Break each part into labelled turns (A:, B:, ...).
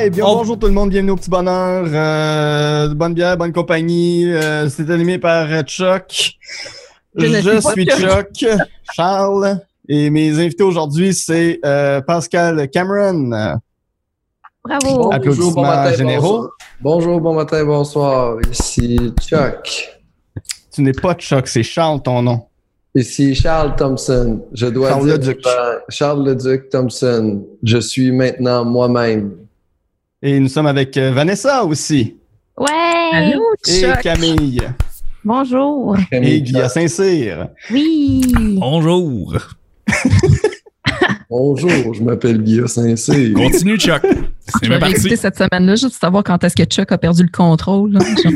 A: Eh bien,
B: On-
A: bonjour tout le monde, bienvenue au petit bonheur. euh, bonne bière, bonne compagnie. euh, c'est animé par Chuck.
C: Je ne suis pas
A: suis Chuck, Charles. Et mes invités aujourd'hui, c'est euh, Pascal Cameron.
B: Oh.
C: Bravo.
A: Ah, Applaudissements généraux.
B: bonsoir. Bonjour, bon matin, bonsoir. Ici Chuck.
A: Tu n'es pas Chuck, c'est Charles ton nom.
B: Ici Charles Thompson. Je dois
A: Charles
B: dire
A: Leduc.
B: ben, Charles Leduc Thompson. Je suis maintenant moi-même.
A: Et nous sommes avec euh, Vanessa aussi.
C: Ouais.
D: Allô,
A: Et
D: Chuck.
A: Camille.
C: Bonjour.
A: Et
B: Camille
A: Guy à Saint-Cyr.
C: Oui.
D: Bonjour.
B: Chuck. Bonjour, je m'appelle Guillaume Saint-Cyr.
D: Continue, Chuck. C'est
E: Je vais
D: bien parti.
E: réécouter cette semaine-là, juste pour savoir quand est-ce que Chuck a perdu le contrôle. là. Genre,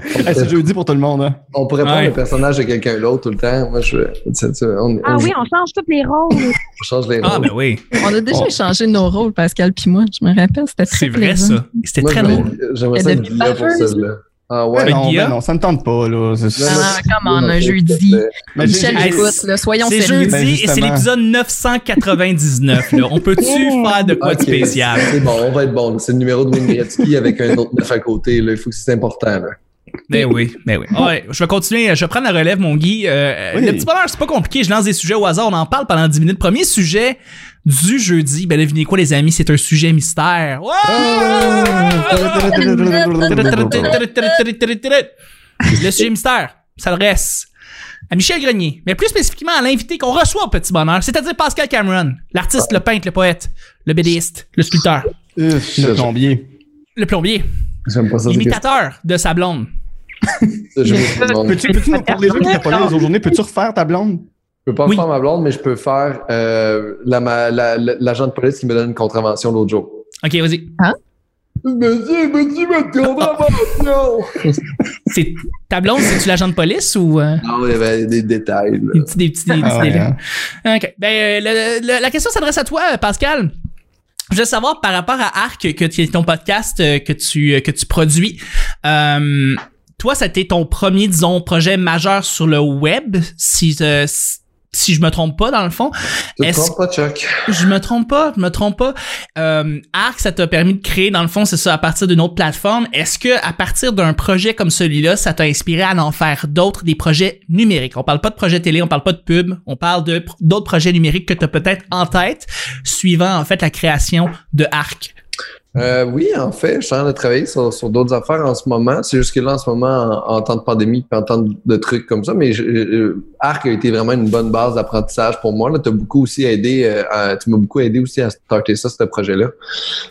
B: On
A: Eh, c'est
B: pré-
A: jeudi pour tout le monde. hein.
B: On prépare
D: Ouais.
B: le personnage de quelqu'un d'autre tout le temps. Moi, je, c'est- c'est- on,
C: Ah
B: on-
C: oui, on change tous les rôles.
B: on change les
D: Ah,
B: rôles.
D: ben oui.
E: on a déjà
A: Oh.
E: échangé nos rôles, Pascal puis moi. Je me rappelle, c'était très
D: C'est vrai,
E: plaisant.
D: ça. C'était
B: Moi,
D: très
B: j'aurais-
D: drôle.
B: J'aimerais
E: Elle
B: ça être
E: devient
B: Guilla pour
E: baveuse.
B: celle-là. Ah ouais.
A: Ouais,
D: Ben,
A: non,
D: Guilla.
A: ben non, ça ne tente pas. Là. C'est-
E: Non,
B: Ah,
E: non, come on, un jeudi.
A: Mais j'ai-
E: Michel,
A: j'ai-
E: écoute, là, soyons
D: C'est
E: sérieux.
D: jeudi
A: Ben,
D: et c'est
A: justement.
D: l'épisode 999. Là. On peut-tu faire de quoi
B: Ok,
D: de spécial?
B: C'est bon, on va être bon. là. C'est le numéro de Wayne Gretzky avec un autre neuf à côté. là. Il faut que c'est important. Là.
D: Ben oui, ben oui. Ah ouais, je vais continuer, je vais prendre la relève, mon Guy. Euh,
A: Oui.
D: Le petit bonheur, c'est pas compliqué, je lance des sujets au hasard, on en parle pendant 10 minutes. Premier sujet du jeudi, ben devinez quoi les amis, c'est un sujet mystère. Ouais!
A: Ah! Oh!
D: Ah! Le sujet mystère s'adresse à Michel Grenier, mais plus spécifiquement à l'invité qu'on reçoit au petit bonheur, c'est-à-dire Pascal Cameron, l'artiste, le peintre, le poète, le bédéiste, le sculpteur,
A: Ouf, le plombier.
D: le plombier,
B: J'aime pas ça. c'est que
D: l'imitateur de sa blonde.
B: ça, je me demande. Je
A: Peux-tu, peux-tu nous- pour les gens qui n'étaient pas là les autres journées, peux-tu refaire ta blonde?
B: peux pas
D: Oui.
B: faire ma blonde, mais je peux faire euh, la, ma- la- la- l'agent de police qui me donne une contravention l'autre jour.
D: Ok, vas-y.
B: Monsieur, monsieur, votre contravention!
D: C'est ta blonde, c'est-tu l'agent de police ou euh,
B: Non, il y avait Ah ben, des détails. là.
D: des petits, des petits, des petits
A: Ah ouais,
D: délires?
A: hein.
D: OK. Ben, euh, le- le- la question s'adresse à toi, euh, Pascal. Je veux savoir par rapport à Arc, que tu- ton podcast euh, que tu euh, que tu produis. euh, toi, c'était ton premier, disons, projet majeur sur le web, si euh, si- si je me trompe pas, dans le fond.
B: Tu te
D: Est-ce-
B: trompes pas, Chuck?
D: Je me trompe pas, je me trompe pas. Euh, Arc, ça t'a permis de créer, dans le fond, c'est ça, à partir d'une autre plateforme. Est-ce que, à partir d'un projet comme celui-là, ça t'a inspiré à en faire d'autres, des projets numériques? On parle pas de projet télé, on parle pas de pub, on parle de pr- d'autres projets numériques que t'as peut-être en tête, suivant, en fait, la création de Arc.
B: Euh, oui, en fait, je suis en train de travailler sur, sur d'autres affaires en ce moment. C'est juste que là, en ce moment, en, en temps de pandémie, puis en temps de, de trucs comme ça, mais je- je- Arc a été vraiment une bonne base d'apprentissage pour moi. Là, t'as beaucoup aussi aidé, euh, à- tu m'as beaucoup aidé aussi à starter ça, ce projet-là.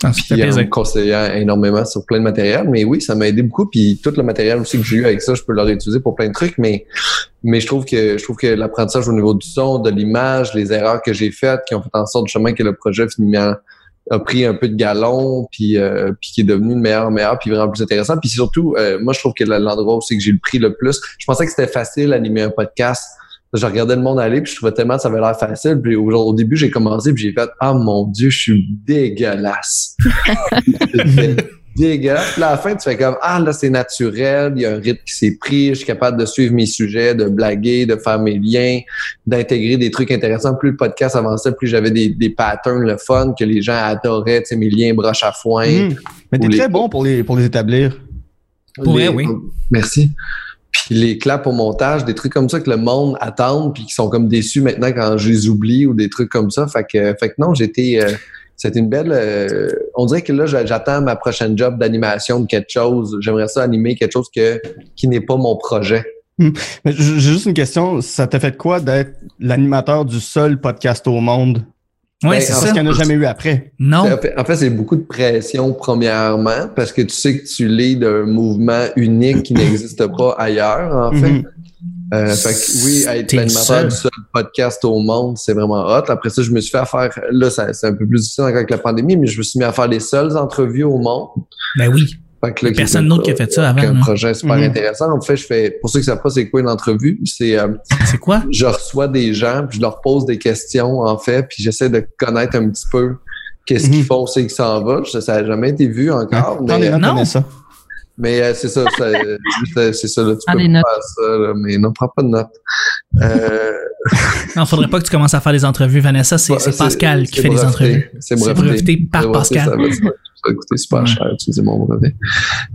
D: Ah,
B: Puis en me conseillant énormément sur plein de matériel. Mais oui, ça m'a aidé beaucoup. Puis tout le matériel aussi que j'ai eu avec ça, je peux le réutiliser pour plein de trucs. Mais, mais je trouve que je trouve que l'apprentissage au niveau du son, de l'image, les erreurs que j'ai faites, qui ont fait en sorte justement que le projet finalement a pris un peu de galon, puis, euh, puis qui est devenu le meilleur, meilleur, puis vraiment plus intéressant. Puis surtout, euh, moi, je trouve que la- l'endroit aussi que j'ai le pris le plus, je pensais que c'était facile d'animer un podcast. Je regardais le monde aller, puis je trouvais tellement que ça avait l'air facile. Puis au, au début, j'ai commencé, puis j'ai fait « Ah mon Dieu, je suis dégueulasse! » C'était dégueulasse. Puis là, à la fin, tu fais comme « Ah, là, c'est naturel, il y a un rythme qui s'est pris, je suis capable de suivre mes sujets, de blaguer, de faire mes liens, d'intégrer des trucs intéressants. Plus le podcast avançait, plus j'avais des, des patterns, le fun, que les gens adoraient, tu sais, mes liens broche à foin.
A: Mmh. Mais t'es
B: Ou les-
A: très bon pour les, pour les établir.
D: Pour
B: Les-
D: vrai, oui.
B: Merci. Puis les claps au montage, des trucs comme ça que le monde attend puis qui sont comme déçus maintenant quand je les oublie ou des trucs comme ça. Fait que, fait que non, j'étais. euh, c'était une belle. euh, on dirait que là, j'a- j'attends ma prochaine job d'animation de quelque chose. J'aimerais ça animer quelque chose que, qui n'est pas mon projet.
A: Mais j- J'ai juste une question. Ça t'a fait quoi d'être l'animateur du seul podcast au monde?
D: Ouais,
B: Ben,
D: c'est
B: en
A: Parce
D: ça.
A: qu'il n'y en a jamais eu après.
D: Non.
B: En fait- En fait, c'est beaucoup de pression, premièrement, parce que tu sais que tu l'es d'un mouvement unique qui n'existe pas ailleurs, en
D: Mm-hmm.
B: fait.
A: Mhm.
B: Euh, fait que oui, être
D: T'es le
B: l'animateur
D: seul.
B: du seul podcast au monde, c'est vraiment hot. Après ça, je me suis fait à faire, là, ça- c'est un peu plus difficile encore avec la pandémie, mais je me suis mis à faire les seules entrevues au monde.
D: Ben oui.
B: Fait que là,
D: Personne
B: qui-
D: d'autre qui a fait ça
B: qui a
D: avant. hein.
B: un
D: non.
B: projet super
A: Mhm.
B: intéressant. En fait, je fais, pour ceux qui savent pas c'est quoi une entrevue, c'est, euh,
D: C'est quoi?
B: je reçois des gens, puis je leur pose des questions, en fait, puis j'essaie de connaître un petit peu qu'est-ce
A: Mhm.
B: qu'ils font, c'est qu'ils s'en vont. Ça n'a jamais été vu encore,
A: Prends des
B: mais,
A: notes,
D: Non.
A: connais ça.
B: mais, euh, c'est ça, ça- c'est c'est ça, là, tu
E: Prends
B: peux
E: des
B: pas
E: notes.
B: faire ça, là, mais non, prends pas de notes. Euh,
D: Non, faudrait pas que tu commences à faire des entrevues, Vanessa. C'est
B: bah,
D: c'est Pascal qui
B: c'est
D: fait des
B: breveté.
D: entrevues.
B: C'est
D: C'est
B: breveté.
D: breveté par
B: C'est breveté,
D: Pascal.
B: Ça va, ça va- ça va coûter super
D: Ouais.
B: cher, utiliser mon brevet.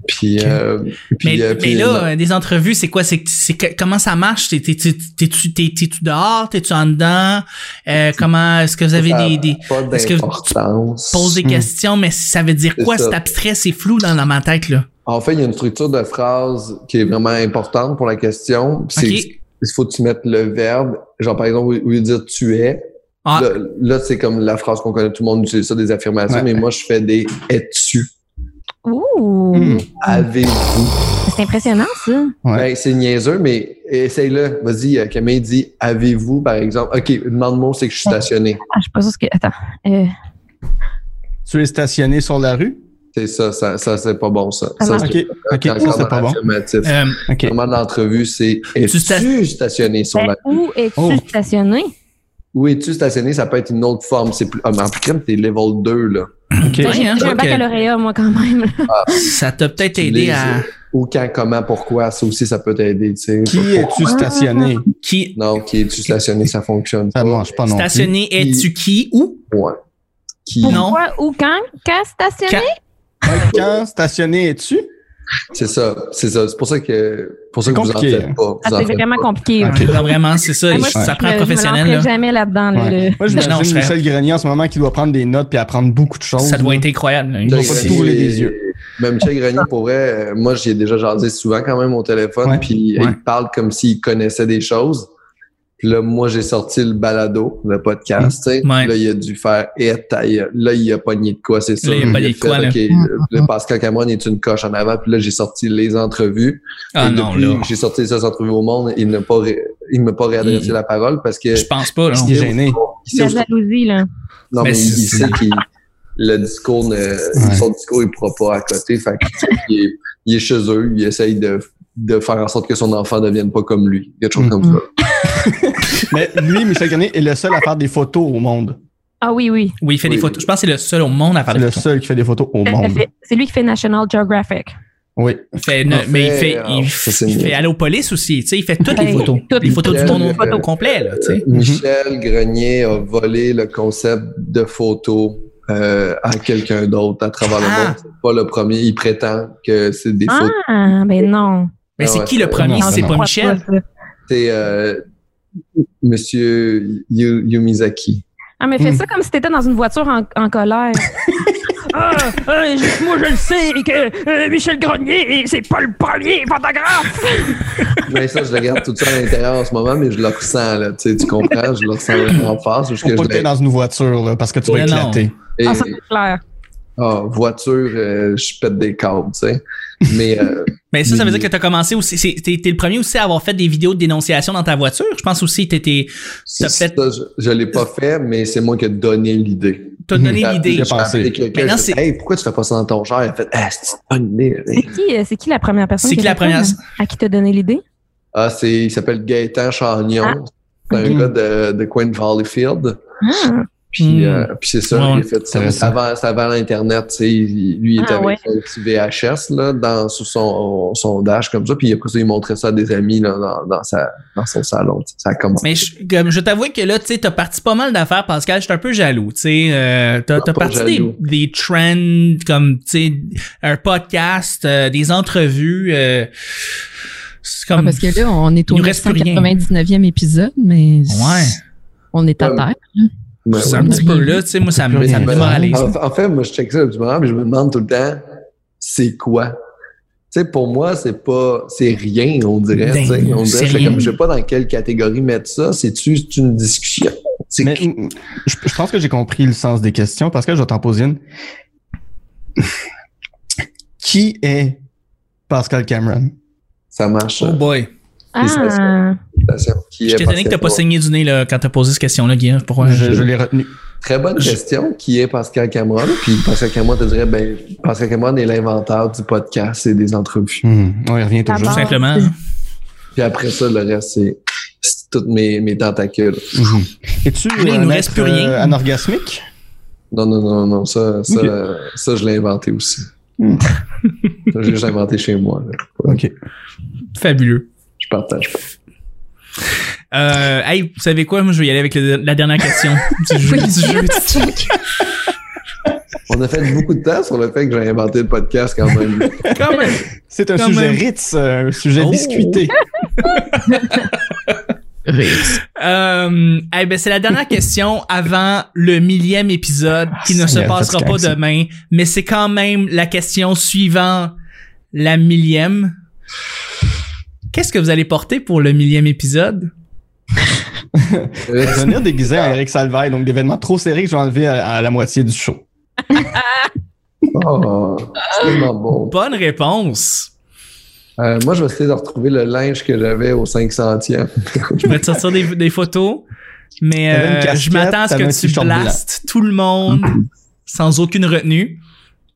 B: Puis,
D: Ok.
B: euh, puis,
D: Mais,
B: euh,
D: mais
B: puis,
D: là, euh, des entrevues, c'est quoi? C'est, c'est que- comment ça marche? T'es, t'es, t'es- t'es-tu, t'es- t'es-tu dehors? T'es-tu en dedans? Euh, comment est-ce que vous avez
B: ça
D: des,
B: a
D: des
B: pas
D: est-ce que tu
B: d'importance.
D: poses des
A: Hmm.
D: questions, mais ça veut dire
B: C'est
D: quoi?
B: ça.
D: C'est abstrait, c'est flou dans, dans ma tête, là.
B: En fait, il y a une structure de phrase qui est vraiment importante pour la question. C'est
D: OK.
B: il faut que tu mettes le verbe. Genre, par exemple, au lieu de dire tu es,
D: Ah.
B: là, là, c'est comme la phrase qu'on connaît, tout le monde utilise ça, des affirmations,
A: Ouais.
B: mais moi, je fais des es-tu,
C: Ouh!
A: Hmm.
B: avez-vous.
C: C'est impressionnant, ça.
A: Ouais.
B: Ben, c'est niaiseux, mais essaye-le. Vas-y, euh, Camille dit avez-vous, par exemple. OK, demande-moi, c'est que je suis stationné.
C: Ah, je suis pas sûre ce que. Attends. Euh,
A: Tu es stationné sur la rue?
B: C'est ça, ça, ça, c'est pas bon, ça.
C: Ah,
B: Ça,
A: OK. OK.
B: c'est encore
A: Oh, c'est
B: dans
A: pas bon.
B: l'affirmatif.
D: Euh,
A: OK.
B: Vraiment, l'entrevue, c'est es-tu
D: sta-
B: stationné sur
C: ben,
B: la
C: où es-tu
A: Oh.
C: stationné?
B: Où es-tu stationné? Ça peut être une autre forme. C'est plus... ah, mais en plus, crème, t'es level 2, là.
A: OK.
D: Ouais,
C: J'ai
D: hein,
C: j'ai un
D: ok.
C: baccalauréat, moi, quand même.
D: ça t'a peut-être
B: Tu
D: aidé
B: les-
D: à.
B: Où, quand, comment, pourquoi, ça aussi, ça peut t'aider, tu sais.
A: Qui es-tu stationné?
D: Qui.
B: Non, qui es-tu stationné, ça fonctionne
A: Ça
B: pas.
A: marche pas non plus.
D: Stationné,
B: Qui-
D: es-tu qui? Où?
B: Ouais. Qui,
D: Non.
C: Pourquoi, où, quand? Quand stationné?
A: Quand stationné es-tu?
B: C'est ça, c'est ça. C'est pour ça que, pour ça
A: C'est
B: que vous en
A: compliqué,
B: faites pas. Vous
C: Ah,
B: en
C: c'est
B: faites
C: vraiment
B: pas.
C: compliqué.
A: Ok.
C: ouais.
D: Là, bah, vraiment, c'est ça.
C: Ah, moi,
D: ça
C: je
D: prend un
C: me- Je
D: professionnel,
C: me
D: là.
C: lancerai jamais là-dedans. là,
A: Ouais.
C: le-
A: Moi,
D: Non, non, je
A: j'imagine
D: serais-
A: Michel Grenier en ce moment qui doit prendre des notes puis apprendre beaucoup de choses.
D: Ça doit
A: là.
D: être incroyable. là. Il
A: T'as
D: va
A: pas
D: pas-
A: se brûler les yeux.
B: Même Michel Grenier, pour vrai, euh, moi, j'y ai déjà jasé souvent quand même au téléphone,
A: Ouais.
B: puis
A: Ouais.
B: il parle comme s'il connaissait des choses. Puis là, moi, j'ai sorti le balado, le podcast, tu sais.
D: Ouais.
B: Là, il a dû faire « Eh, taille. Là, il a pogné de quoi, c'est sûr.
D: Là, il a pogné de quoi, là.
B: OK, là, Pascal Cameron est une coche en avant. Puis là, j'ai sorti les entrevues.
D: Ah
B: Et
D: non,
B: depuis
D: là.
B: que J'ai sorti les seules entrevues au monde. Il n'a pas, ré- il ne m'a pas réadressé
D: Il-
B: la parole parce que
D: Je pense pas, là.
A: Il est gêné.
B: il
C: La
B: sait où-
C: jalousie, là.
B: non,
D: Mais
B: mais, il, il
D: c'est-
B: sait qu'il, le discours ne, son discours, il pourra pas à côté. Fait que, tu sais, il, est, il est chez eux. Il essaye de, de faire en sorte que son enfant ne devienne pas comme lui. Quelque chose comme ça.
A: Mais lui, Michel Grenier, est le seul à faire des photos au monde.
C: Ah oui, oui.
D: Oui, il fait des
B: Oui.
D: photos. Je pense que c'est le seul au monde à faire
A: C'est
D: des
A: le
D: photos.
A: seul qui fait des photos au
C: Tout à
A: monde.
C: fait. C'est lui qui fait National Geographic.
A: Oui.
D: Il fait, ne-
B: En fait,
D: mais il fait,
B: alors,
D: il,
B: Ah, ça, c'est
D: il
B: mieux.
D: fait Allopolis aussi, tu sais, il fait toutes les
C: Ouais.
D: photos.
C: Toutes
D: les photos du
B: les
D: monde au-
B: photos.
D: au complet, là, tu
B: Euh,
D: sais.
B: Michel Grenier a volé le concept de photo euh, à quelqu'un d'autre à travers
D: Ah.
B: le monde. C'est pas le premier. Il prétend que c'est des photos.
C: Ah, ben non.
D: Mais
B: Ah
D: c'est
B: ouais,
D: qui le
B: c'est-
D: premier
A: non,
D: si c'est
A: non.
C: Je
D: pas
C: crois
D: Michel?
C: pas ça.
B: C'est euh, Monsieur Yu- Yumizaki.
C: Ah, mais fais
A: Hmm.
C: ça comme si t'étais dans une voiture en, en colère. ah, euh, je- moi, je le sais que euh, Michel Grenier, c'est pas le premier photographe.
B: Mais ça, je le garde tout ça à l'intérieur en ce moment, mais je le ressens, là. Tu sais, tu comprends? Je le ressens en face. jusqu'à
A: Faut
B: ce
A: pas
B: que
A: que t'ailles
B: je
A: dans une voiture, là, parce que tu vas
D: Ouais, non.
A: éclater.
B: l'ai-
C: Ah, ça, c'est clair.
B: Ah, voiture, euh, je pète des câbles, tu sais. Mais euh,
D: Mais ça, ça veut
B: Mais-
D: dire que t'as commencé aussi, c'est- t'es t'es le premier aussi à avoir fait des vidéos de dénonciation dans ta voiture. Je pense aussi que t'étais-
B: ça,
D: fait-
B: je, je l'ai pas fait, mais c'est moi qui ai donné l'idée.
D: t'as donné
B: J'ai-
D: l'idée.
B: Ah, J'ai appelé quelqu'un,
D: Maintenant,
B: j'ai fait,
D: c'est-
B: Hey, pourquoi tu fais pas ça dans ton genre? Il a fait, ah, c'est une bonne idée.
C: C'est qui, euh, c'est qui la première personne?
D: C'est qui la
C: l'a fait,
D: première?
C: euh, À qui t'as donné l'idée?
B: Ah, c'est, il s'appelle Gaëtan Chagnon.
C: Ah.
B: C'est un
D: Mm-hmm.
A: Ok.
B: gars de, de Queen Valleyfield.
C: Ah,
B: Puis,
D: Hmm.
B: euh, puis c'est ça,
D: Ouais,
B: il a fait ça.
A: intéressant.
B: C'est avant, c'est avant l'Internet, tu sais, il- lui, il était
C: Ah,
B: avec
C: ouais.
B: un petit VHS, là, dans, sous son, son dash, comme ça. Puis après ça, il montrait ça à des amis, là, dans, dans, sa, dans son salon. tu sais. Ça a commencé.
D: Mais je, comme je t'avoue que là, tu sais, t'as parti pas mal d'affaires, Pascal. J'étais un peu jaloux, tu sais. Euh, t'as
B: Non,
D: t'as
B: pas
D: parti des,
B: jaloux.
D: des trends comme, tu sais, un podcast, euh, des entrevues. euh, c'est
E: Ah,
D: comme...
E: parce que là, on est au
D: Il nous reste plus rien.
E: 99e épisode, mais
D: ouais,
E: on est à
B: Ouais.
E: terre.
B: Ouais,
D: c'est
B: ouais.
D: un petit peu là, tu sais, moi, ça me, ça me
B: Mais-
D: démoralise.
B: En, en fait, moi, je check ça un petit moment, mais je me demande tout le temps, c'est quoi? Tu sais, pour moi, c'est pas, c'est rien, on dirait.
D: Ben,
B: tu sais. on
D: c'est
B: dirait, je, fais
D: rien.
B: comme, je sais pas dans quelle catégorie mettre ça. C'est-tu c'est une discussion? C'est
A: Mais mm, je, je pense que j'ai compris le sens des questions parce que je vais t'en poser une. Qui est Pascal Cameron?
B: ça marche.
D: Oh
B: hein,
D: boy.
B: Et ça, c'est-
C: ah.
B: la station. Qui
D: Je
B: est
D: t'ai étonné que t'as pas
B: Pascal
D: saigné du nez là, quand t'as posé cette question-là, Guillaume. Pourquoi?
A: je je l'ai retenu.
B: Cameron. Très bonne
D: Je-
B: question. Qui est Pascal Cameron? Puis Pascal Cameron te dirait, ben, Pascal Cameron est l'inventeur du podcast et des entrevues.
A: Hmm, on y revient
C: La
A: toujours.
C: barre.
D: simplement.
C: c'est-
D: hein.
B: Puis après ça, le reste, c'est c'est toutes mes, mes tentacules.
A: Mhm. Es-tu
D: Allez, Ah il
A: un
D: nous reste
A: être,
D: plus rien.
A: euh, anorgasmique?
B: Non, non, non, non, ça, ça, ça je l'ai inventé aussi.
A: Hmm.
B: Ça, je l'ai inventé chez moi. là.
A: OK.
D: Fabuleux.
B: Je partage pas.
D: Euh, hey, vous savez quoi? Moi, je vais y aller avec le- la dernière question du jeu. du jeu.
B: On a fait beaucoup de temps sur le fait que j'ai inventé le podcast quand même.
D: Quand même.
A: C'est un
D: Quand
A: sujet
D: même.
A: Ritz, euh, un sujet
D: Oh.
A: discuté.
D: Euh, eh ben, c'est la dernière question avant le millième épisode qui ne se
A: Seigneur,
D: passera
A: fatigant,
D: pas
A: ça.
D: demain, mais c'est quand même la question suivant la millième. Qu'est-ce que vous allez porter pour le millième épisode?
B: Euh,
A: Je vais venir déguisé en Eric Salvaille, donc des vêtements trop serrés que je vais enlever à, à la moitié du show.
B: Oh, c'est tellement bon.
D: Bonne réponse.
B: Euh, moi, je vais essayer de retrouver le linge que j'avais au 500e.
D: Je vais te sortir des, des photos, mais
A: T'avais une
D: euh,
A: casquette,
D: je m'attends à ce
A: t'avais un
D: que tu
A: t-shirt
D: blastes tout le monde sans aucune retenue.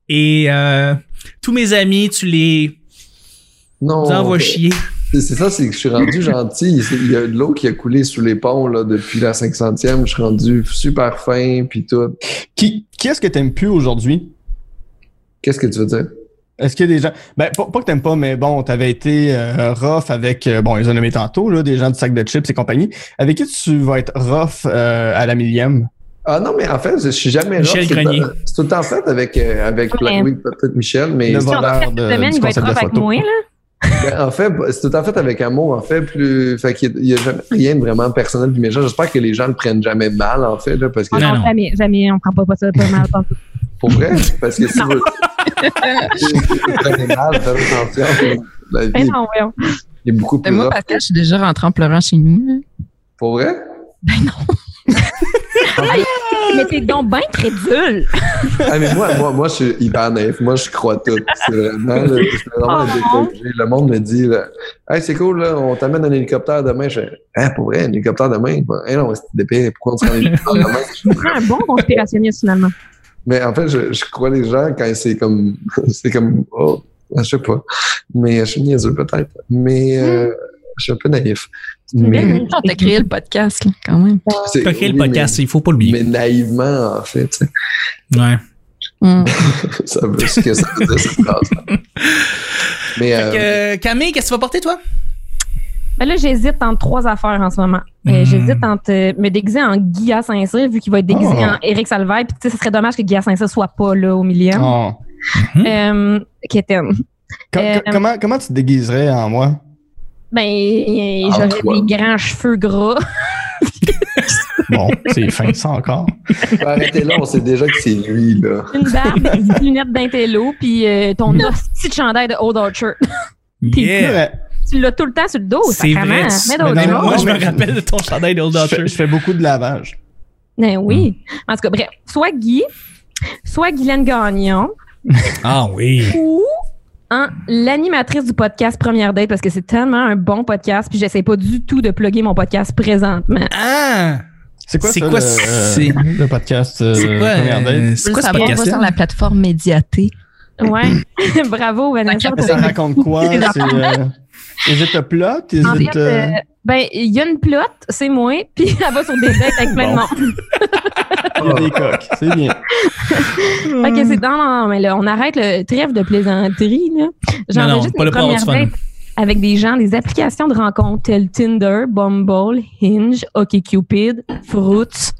D: Et euh, tous mes amis, tu les
B: Non.
D: envoies chier.
B: C'est c'est ça, c'est que je suis rendu gentil. C'est- Il y a de l'eau qui a coulé sous les ponts là, depuis la 500e. Je suis rendu super fin, puis tout.
A: Qui, qui est-ce que t'aimes plus aujourd'hui?
B: Qu'est-ce que tu veux dire?
A: Est-ce qu'il y a des gens. Ben, pas, pas que t'aimes pas, mais bon, t'avais été euh, rough avec, euh, bon, ils ont nommé tantôt, là, des gens du sac de chips et compagnie. Avec qui tu vas être rough euh, à la millième?
B: Ah non, mais en fait, je suis jamais
D: Michel
B: rough. C'est
D: Grenier.
B: tout- C'est tout le temps fait avec, euh, avec
C: Ouais.
B: plein- oui, peut-être Michel, mais
A: Le
B: c'est-
A: vendeur.
C: Genre,
A: Valeur
C: cette
A: de-
C: semaine,
A: du
C: il va être
A: concept de
C: rough avec
A: photo.
C: moi, là.
B: ben, en fait, c'est tout en fait avec amour. En fait, plus, fait qu'il n'y a, jamais rien de vraiment personnel du méchant. J'espère que les gens le prennent jamais mal, en fait, là, parce que
D: Non,
C: Ah
D: non.
C: non, jamais, jamais, on prend pas, pas ça pas mal. pas-
B: pour vrai, parce que si vous, si vous le prenez mal, faites attention. La
C: Mais
B: vie
C: non, voyons.
B: est beaucoup plus
E: moi,
B: rough.
E: parce que je suis déjà rentrée en pleurant chez nous. là.
B: Pour vrai?
C: Mais t'es donc bien crédule.
B: Ah, mais moi, moi, moi, je suis hyper naïf. Moi, je crois tout. C'est vraiment, là, c'est vraiment un
D: Ah,
B: décolleté. Le monde me dit, là, hey, c'est cool, là, on t'amène un hélicoptère demain. Je fais, hein, pour vrai, un hélicoptère demain? Hey, non, c'est dépire. Pourquoi on se rend un hélicoptère demain?
C: Tu prends un bon conspirationniste, finalement.
B: Mais en fait, je, je crois les gens quand c'est comme, c'est comme, oh, je sais pas. Mais je suis niaiseux peut-être. Mais
D: Hmm.
B: euh, je suis un peu naïf.
D: Mm.
B: Mais
E: Non, t'as créé le podcast, là, quand même.
B: c'est
D: T'as créé le
B: oui, mais-
D: podcast, il faut pas
B: Mais,
D: l'oublier.
B: naïvement, en fait, tu
D: Ouais.
E: Hum.
B: sais. ça veut ce que ça veut dire cette phrase. Mais euh,
D: Fait que, Camille, qu'est-ce que tu vas porter, toi?
C: Ben là, j'hésite entre trois affaires en ce moment. Euh,
D: Mhm.
C: J'hésite entre euh, me déguiser en Guy à Saint-Cyr, vu qu'il va être déguisé
A: Oh.
C: en Éric Salvaille. Puis, tu sais, ce serait dommage que Guy à Saint-Cyr soit pas là au milieu.
A: Oh.
C: Euh, qui était.
A: Com-
C: Euh,
A: com- comment, comment tu te déguiserais en moi?
C: Ben, euh,
B: Ah,
C: j'aurais
B: toi.
C: des grands cheveux gras.
A: Bon, c'est fin, ça encore.
B: arrêtez là, on sait déjà que c'est lui, là.
C: Une barbe, des petites lunettes d'intello, puis euh, ton petit chandail de Old Orchard.
D: Yeah.
A: Ouais.
C: tu l'as tout le temps sur le dos,
D: C'est
C: sacrément.
D: vrai. tu-
C: Mais
D: Mais
A: non,
C: d'autres
D: moi,
A: non,
D: je
A: mais-
D: me rappelle de ton chandail d'Old
A: Je fais,
D: Dodger.
A: je fais beaucoup de lavage.
C: Ben oui. En tout cas, bref, soit Guy, soit Guylaine Gagnon,
D: Ah oui.
C: ou hein, l'animatrice du podcast Première Date, parce que c'est tellement un bon podcast, puis j'essaie pas du tout de plugger mon podcast présentement.
D: Ah!
A: C'est quoi
D: C'est
A: ça,
D: quoi,
A: le,
D: c'est-
A: euh, le podcast euh,
D: C'est quoi,
A: Première Date?
D: euh,
E: Tu
D: c'est
E: veux
D: quoi ce
E: savoir on va
D: podcast-là?
E: sur la plateforme médiatée.
C: Ouais. Bravo, Vanessa.
E: D'accord.
A: Ça raconte quoi? C'est, euh, is it a plot? Is
C: En
A: it,
C: fait,
A: euh,
C: euh, ben, il y a une plot, c'est moi, puis elle va sur des dates avec plein de
A: Bon.
C: monde.
A: il y a des coques. C'est bien.
C: Fait que c'est non, non, non, mais là, on arrête le trêve de plaisanterie, là.
D: Non, non,
C: J'enregistre
D: pas
C: mes
D: le pas avoir
C: premières
D: du fun.
C: dates avec des gens, des applications de rencontres telles Tinder, Bumble, Hinge, OkCupid, Fruits.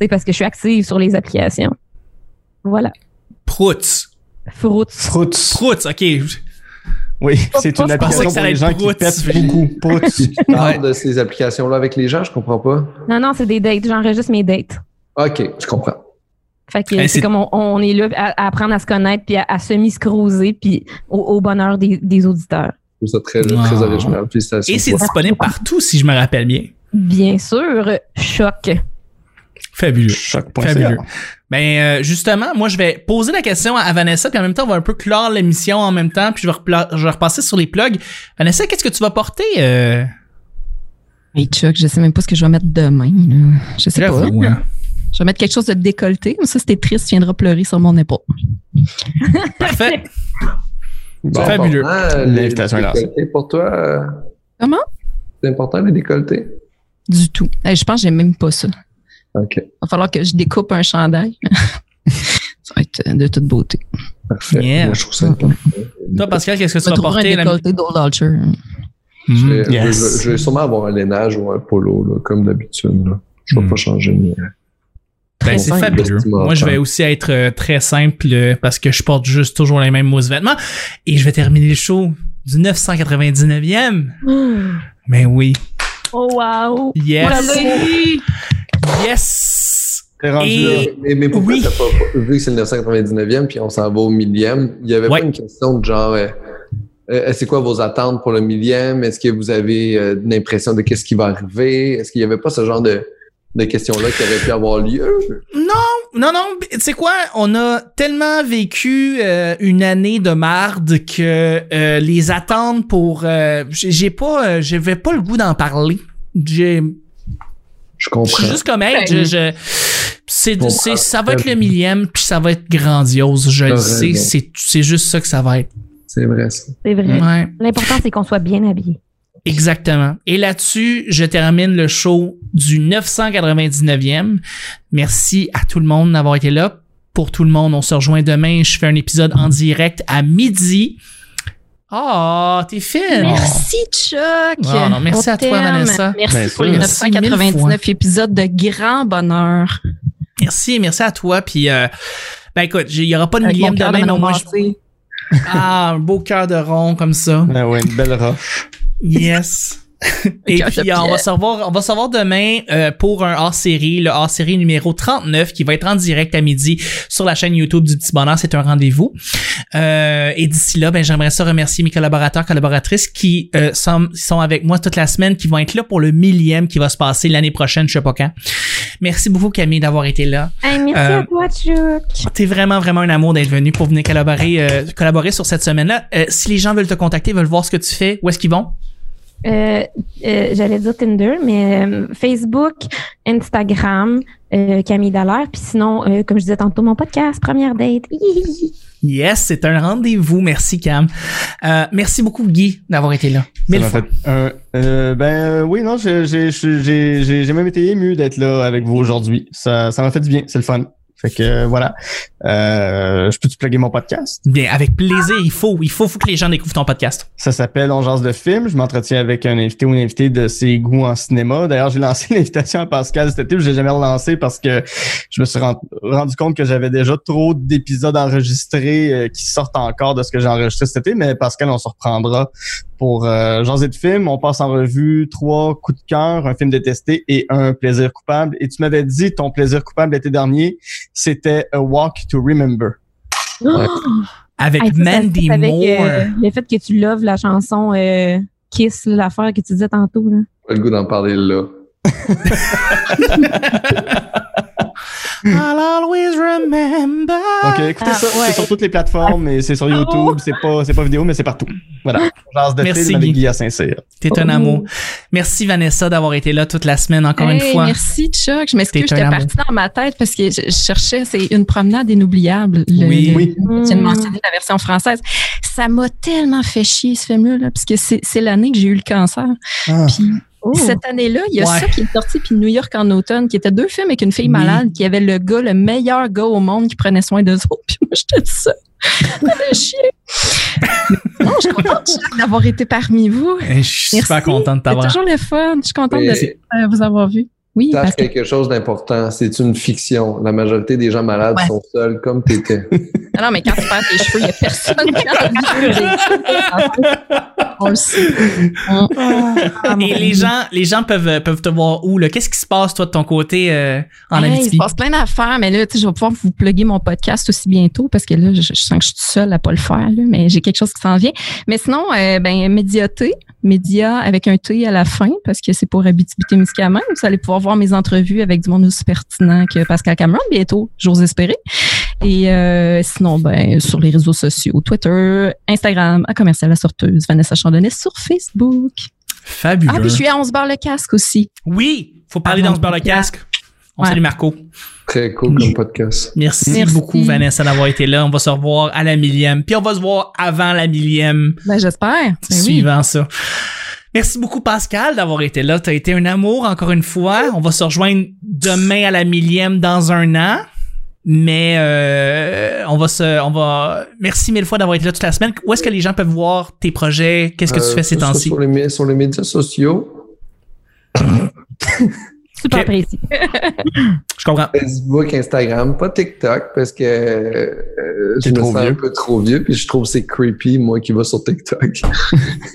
C: C'est parce que je suis active sur les applications. Voilà.
D: Prout.
C: Fruits.
A: Prout.
D: Prout, ok.
A: Oui, c'est
C: pas-
A: une application
C: je pensais
D: que
A: pour
D: ça
A: les
D: allait
A: gens
D: être
A: qui
D: prout.
A: pètent beaucoup. Prout.
B: Si tu parles de ces applications-là avec les gens, je comprends pas.
C: Non, non, c'est des dates. J'enregistre mes dates.
B: OK, je comprends.
C: Fait que
D: Eh, c'est-
C: c'est comme on, on est là à, à apprendre à se connaître puis à, à semi-scroser puis au, au bonheur des, des auditeurs.
B: Je trouve ça très,
D: Wow.
B: très original. Félicitations.
D: Et c'est
B: toi.
D: disponible partout, si je me rappelle bien.
C: Bien sûr, choc.
D: Fabuleux.
A: Choc.ca.
D: Ben euh, justement, moi je vais poser la question à- à Vanessa, puis en même temps on va un peu clore l'émission en même temps, puis je vais, repla- je vais repasser sur les plugs. Vanessa, qu'est-ce que tu vas porter euh,
E: Hey Chuck, je sais même pas ce que je vais mettre demain. là. Je sais pas.
D: j'avoue, hein?
E: Je vais mettre quelque chose de décolleté. Comme ça, si t'es triste, tu viendras pleurer sur mon épaule.
D: Parfait.
B: Bon,
D: Fabuleux.
B: important, les
A: L'invitation est lancée.
B: décolletés pour toi. euh,
E: Comment?
B: C'est important les décolletés.
E: Du tout. Hey, je pense que j'ai même pas ça.
B: OK,
E: va falloir que je découpe un chandail. ça va être euh, de toute beauté.
B: parfait.
D: Yeah.
B: Moi, je trouve ça important.
D: Toi Pascal, qu'est-ce que
E: Je
D: tu
E: vais
D: vas
E: trouver un
D: porter la-
E: hein. décolleté d'Old Ulcher.
B: Je vais-
D: Mhm.
B: je vais-
A: yes.
B: je vais sûrement avoir un lénage ou un polo, là, comme d'habitude. là. Je vais
D: Mm.
B: pas changer mes
D: Ben, c'est
B: simple,
D: fabuleux.
B: vestimentaire.
D: Moi, je vais aussi être euh, très simple euh, parce que je porte juste toujours les mêmes mousses vêtements. Et je vais terminer le show du 999e. Mais Ben oui.
C: Oh, wow.
D: Yes.
C: Bravo.
D: Yes.
A: T'es rendu
D: Et-
A: là.
B: Mais, mais pourquoi
D: Ah. Oui.
B: t'as pas, vu que c'est le 999e puis on s'en va au millième, il y avait
D: Ouais.
B: pas une question de genre, euh, euh, c'est quoi vos attentes pour le millième? Est-ce que vous avez euh, une impression de qu'est-ce qui va arriver? Est-ce qu'il y avait pas ce genre de, de questions-là qui aurait pu avoir lieu?
D: Non, non, tu sais quoi? On a tellement vécu euh, une année de marde que euh, les attentes pour... euh, j'ai j'ai pas... euh, J'avais pas le goût d'en parler. J'ai...
B: Je
D: Je
B: comprends.
D: suis juste comme, hey, je,
E: Ben.
D: je- c'est,
B: Comprends.
D: c'est- ça va être le millième, puis ça va être grandiose, je le
B: T'as
D: sais.
B: raison.
D: C'est, c'est juste ça que ça va être.
B: C'est vrai, ça.
C: C'est vrai.
B: Mm.
D: Ouais,
C: L'important, c'est qu'on soit bien habillé.
D: exactement. Et là-dessus, je termine le show du 999e. Merci à tout le monde d'avoir été là. Pour tout le monde, on se rejoint demain. Je fais un épisode en direct à midi. Oh, t'es fine!
E: Merci, Chuck.
D: Oh, non, merci
E: On
D: à toi,
E: t'aime.
D: Vanessa.
E: Merci
A: Bien
E: pour
A: sûr.
E: les
D: Merci mille
E: 999 épisodes de grand bonheur.
D: Merci, merci à toi. Puis, euh, ben écoute, j'ai- il y aura pas de
E: Avec
D: millième
E: mon cœur
D: demain,
E: de
D: mais au
E: Manon
D: moins, je-
E: Massé.
D: Ah, un beau cœur de rond comme ça.
A: Ah ouais, une belle roche.
D: Yes. Et
E: Un cœur de
D: puis, on va,
E: pierre.
D: se revoir, on va se revoir demain euh, pour un hors-série, le hors-série numéro 39 qui va être en direct à midi sur la chaîne YouTube du Petit Bonheur. C'est un rendez-vous. Euh, et d'ici là, ben, j'aimerais ça remercier mes collaborateurs, collaboratrices qui euh, sont, sont avec moi toute la semaine, qui vont être là pour le millième qui va se passer l'année prochaine, je sais pas quand. Merci beaucoup, Camille, d'avoir été là.
C: Hey, merci
D: Euh,
C: à toi, Chuck.
D: T'es vraiment, vraiment un amour d'être venu pour venir collaborer, euh, collaborer sur cette semaine-là. Euh, si les gens veulent te contacter, veulent voir ce que tu fais, où est-ce qu'ils vont?
C: Euh, euh, J'allais dire Tinder, mais euh, Facebook, Instagram, euh, Camille Dallaire. Puis sinon, euh, comme je disais tantôt, mon podcast, première date. Hihihi.
D: Yes, c'est un rendez-vous. Merci, Cam. Euh, merci beaucoup, Guy, d'avoir été là.
A: Ça
D: Mille
A: m'a
D: fois.
A: fait un- euh, ben euh, oui, non, j'ai- j'ai j'ai- j'ai- j'ai même été ému d'être là avec vous aujourd'hui. Ça ça m'a fait du bien, c'est le fun. Fait que euh, voilà. Euh, je peux-tu plugger mon podcast?
D: Bien, avec plaisir. Il faut, il faut, faut que les gens découvrent ton podcast.
A: Ça s'appelle On jase de film. Je m'entretiens avec un invité ou une invitée de ses goûts en cinéma. D'ailleurs, j'ai lancé l'invitation à Pascal cet été, mais je l'ai jamais relancé parce que je me suis ren- rendu compte que j'avais déjà trop d'épisodes enregistrés euh, qui sortent encore de ce que j'ai enregistré cet été. Mais Pascal, on se reprendra pour euh, jaser de films. On passe en revue trois coups de cœur, un film détesté et un plaisir coupable. Et tu m'avais dit ton plaisir coupable l'été dernier, c'était A Walk to Remember.
D: Avec
E: Ah,
C: Hey, ça, ça
D: Mandy
C: fait avec,
D: Moore.
C: euh, le fait que tu loves la chanson euh, Kiss, là, l'affaire que tu disais tantôt. Là.
B: Pas le goût d'en parler là.
D: I'll always remember.
A: Donc euh, écoutez
C: Ah,
A: ça,
C: ouais. Ah, oh.
A: c'est sur toutes les plateformes, et c'est sur YouTube, c'est pas c'est pas vidéo, mais c'est partout. Voilà. Jase de
D: Merci,
A: film avec
D: Guy.
A: Guy à Saint-Cyr.
D: T'es
E: Oh.
D: un amour. Merci, Vanessa, d'avoir été là toute la semaine, encore une
E: Hey,
D: fois.
E: Merci, Chuck. Je
D: T'es
E: m'excuse,
D: un
E: j'étais
D: amour.
E: partie dans ma tête parce que je, je cherchais, c'est une promenade inoubliable. Le-
D: Oui.
E: le-
A: Oui.
E: Tu
D: Hmm.
E: viens de
C: Mm.
E: mentionner la version française. Ça m'a tellement fait chier, ce film-là, là, parce que c'est c'est l'année que j'ai eu le cancer.
A: Ah.
E: Puis
C: Oh.
E: cette année-là, il y a
D: Ouais.
E: ça qui est sorti, puis New York en automne, qui étaient deux films avec une fille
D: Oui.
E: malade, qui avait le gars, le meilleur gars au monde, qui prenait soin d'eux autres. Puis moi, j'étais toute seule. Le chien. non, je suis contente, Jacques, d'avoir été parmi vous.
D: Eh, Je suis super
E: Merci.
D: content de
E: C'est
D: t'avoir.
E: toujours le fun. Je suis contente
B: Mais-
E: de euh, vous avoir vu. Oui,
B: Sache
E: parce que
B: quelque chose d'important, c'est une fiction. La majorité des gens malades
E: Ouais.
B: sont seuls comme t'étais.
E: Ah Non, non, mais quand tu perds tes cheveux, il n'y a personne qui a On le sait. Ah,
D: Et les gens, les gens peuvent, peuvent te voir où, là? Qu'est-ce qui se passe, toi, de ton côté, euh, en
E: Hey, il se
D: Abitibi?
E: passe plein d'affaires, mais là, tu sais, je vais pouvoir vous plugger mon podcast aussi bientôt parce que là, je, je sens que je suis toute seule à pas le faire, là, mais j'ai quelque chose qui s'en vient. Mais sinon, euh, ben, médiaté, média avec un T à la fin parce que c'est pour Abitibi-Témiscamingue. Vous allez pouvoir voir mes entrevues avec du monde aussi pertinent que Pascal Cameron bientôt, j'ose espérer. Et euh, sinon, ben, sur les réseaux sociaux, Twitter, Instagram, à commercial la sorteuse, Vanessa Chandonnet sur Facebook.
D: Fabuleux.
E: Ah, puis je suis à On se barre le casque aussi.
D: Oui, faut parler dans ce bar le casque. On
E: Ouais.
D: salue Marco.
B: Très cool comme podcast.
D: Merci,
E: Merci.
D: beaucoup, Vanessa, d'avoir été là. On va se revoir à la millième. Puis on va se voir avant la millième,
E: Ben, j'espère. Ben oui.
D: suivant ça. Merci beaucoup, Pascal, d'avoir été là. T'as été un amour, encore une fois. On va se rejoindre demain à la millième dans un an. Mais euh, on va se, on va. Merci mille fois d'avoir été là toute la semaine. Où est-ce que les gens peuvent voir tes projets Qu'est-ce que
B: Euh,
D: tu fais ces
B: ça,
D: temps-ci
B: sur les, mé- sur les médias sociaux,
C: Super
D: Ok.
C: précis.
D: Je comprends.
B: Facebook, Instagram, pas TikTok parce que euh, je
A: T'es
B: me
A: trop
B: sens un
A: vieux.
B: peu trop vieux puis je trouve que c'est creepy moi qui va sur TikTok. je, vois-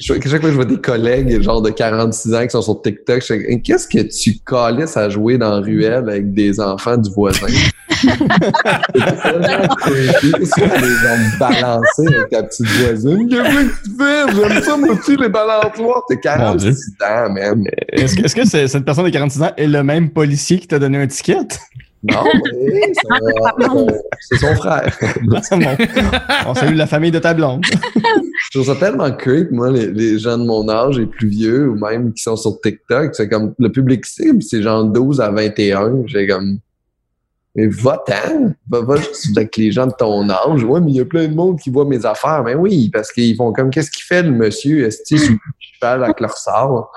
B: chaque fois que je vois des collègues genre de 46 ans qui sont sur TikTok, je fais Hey, qu'est-ce que tu calisses à jouer dans la ruelle avec des enfants du voisin C'est tellement creepy, c'est comme les gens balancés avec ta petite voisine. Qu'est-ce que tu fais J'aime ça moi aussi les balances noires. T'es 46 ans, man.
A: Est-ce que, est-ce que c'est- cette personne de 46 ans est le même policier qui t'a donné un ticket?
B: Non, mais c'est- c'est son frère.
A: Bon. On salue la famille de ta blonde.
B: Je trouve ça tellement creep, moi, les, les gens de mon âge et plus vieux, ou même qui sont sur TikTok. C'est comme le public cible, c'est genre 12 à 21. J'ai comme. Mais va-t'en! Va, va juste avec les gens de ton âge. Ouais, mais il y a plein de monde qui voit mes affaires. Mais oui, parce qu'ils font comme qu'est-ce qu'il fait le monsieur? Est-ce qu'il se cheval avec leur sort?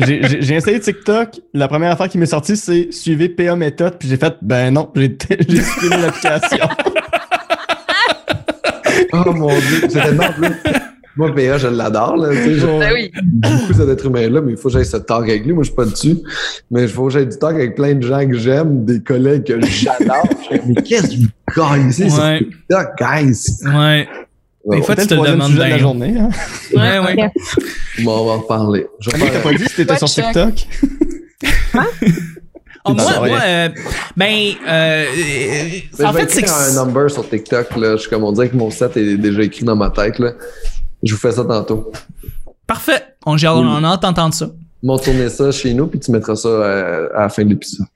A: J'ai- J'ai j'ai essayé TikTok. La première affaire qui m'est sortie, c'est suivez PA méthode. Puis j'ai fait, ben non, j'ai j'ai supprimé l'application.
B: Oh mon dieu! C'est tellement plus. Moi, PA, je l'adore, là. tu sais, je-
E: Ben oui.
B: beaucoup cet être humain-là, mais il faut que j'aille ce talk avec lui. Moi, je suis pas dessus. Mais il faut que j'aille du talk avec plein de gens que j'aime, des collègues que j'adore. Je fais, mais qu'est-ce que vous connaissez sur
D: Ouais,
B: TikTok, guys?
D: ouais, Des fois,
A: C'était
D: tu te
A: le
D: le
A: troisième
D: demandes
A: sujet de la
D: bien.
A: journée. Hein?
D: ouais, ouais.
B: Bon, on va en reparler. Je vais
A: T'as
B: faire-
A: pas dit si t'étais sur
E: Watch
A: TikTok?
D: Ah, moi,
A: Sorry.
D: moi, euh, ben, euh,
B: Mais
D: en
B: je vais
D: fait, c'est
B: écrire un
D: que
B: number sur TikTok. Là. Je suis comme on dirait que mon set est déjà écrit dans ma tête. Là. Je vous fais ça tantôt.
D: parfait. On, j'ai- on a hâte d'entendre ça.
B: Ils m'ont tourné ça chez nous, puis tu mettras ça euh, à, la fin de l'épisode.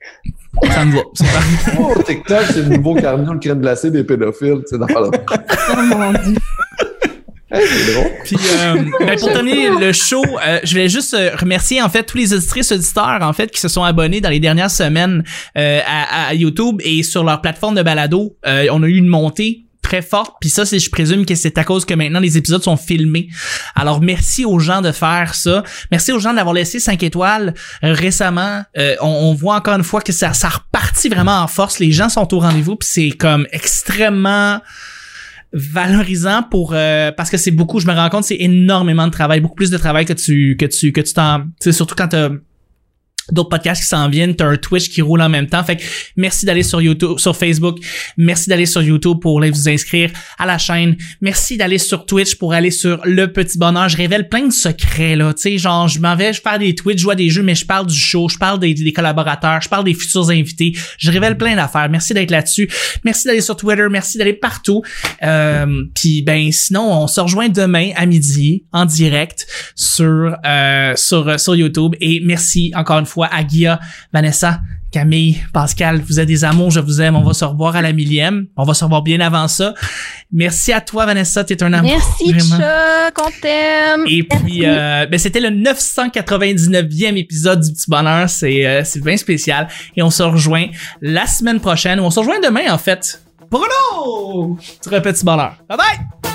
D: Ça me va. C'est parfait.
B: Oh, TikTok, c'est le nouveau carnot, le crème glacée des pédophiles. Tu sais, dans la...
E: Oh mon Dieu.
B: Hey, c'est drôle.
D: Puis, euh, ben, pour terminer le show, euh, je voulais juste euh, remercier en fait tous les auditrices auditeurs en fait qui se sont abonnés dans les dernières semaines euh, à, à YouTube et sur leur plateforme de balado. Euh, on a eu une montée très forte. Puis ça, c'est je présume que c'est à cause que maintenant les épisodes sont filmés. Alors merci aux gens de faire ça. Merci aux gens d'avoir laissé 5 étoiles euh, récemment. Euh, on, on voit encore une fois que ça, ça repartit vraiment en force. Les gens sont au rendez-vous. Puis c'est comme extrêmement valorisant pour euh, parce que c'est beaucoup je me rends compte c'est énormément de travail beaucoup plus de travail que tu que tu que tu t'en tu sais surtout quand t'as d'autres podcasts qui s'en viennent t'as un Twitch qui roule en même temps fait que merci d'aller sur YouTube sur Facebook merci d'aller sur YouTube pour aller vous inscrire à la chaîne merci d'aller sur Twitch pour aller sur le petit bonheur je révèle plein de secrets là tu sais genre je m'en vais je faire des Twitch je joue à des jeux mais je parle du show je parle des, des collaborateurs je parle des futurs invités je révèle plein d'affaires merci d'être là-dessus merci d'aller sur Twitter merci d'aller partout euh, puis ben sinon on se rejoint demain à midi en direct sur euh, sur euh, sur YouTube et merci encore une fois à Guilla, Vanessa, Camille, Pascal, vous êtes des amours, je vous aime, on va se revoir à la millième, on va se revoir bien avant ça. Merci à toi Vanessa, t'es un amour.
E: Merci,
D: Vraiment.
E: Chuck. On t'aime.
D: Et puis, euh, ben, c'était le 999e épisode du Petit Bonheur. C'est euh, c'est bien spécial. Et on se rejoint la semaine prochaine. ou On se rejoint demain, en fait, pour un autre Petit Bonheur. Bye bye!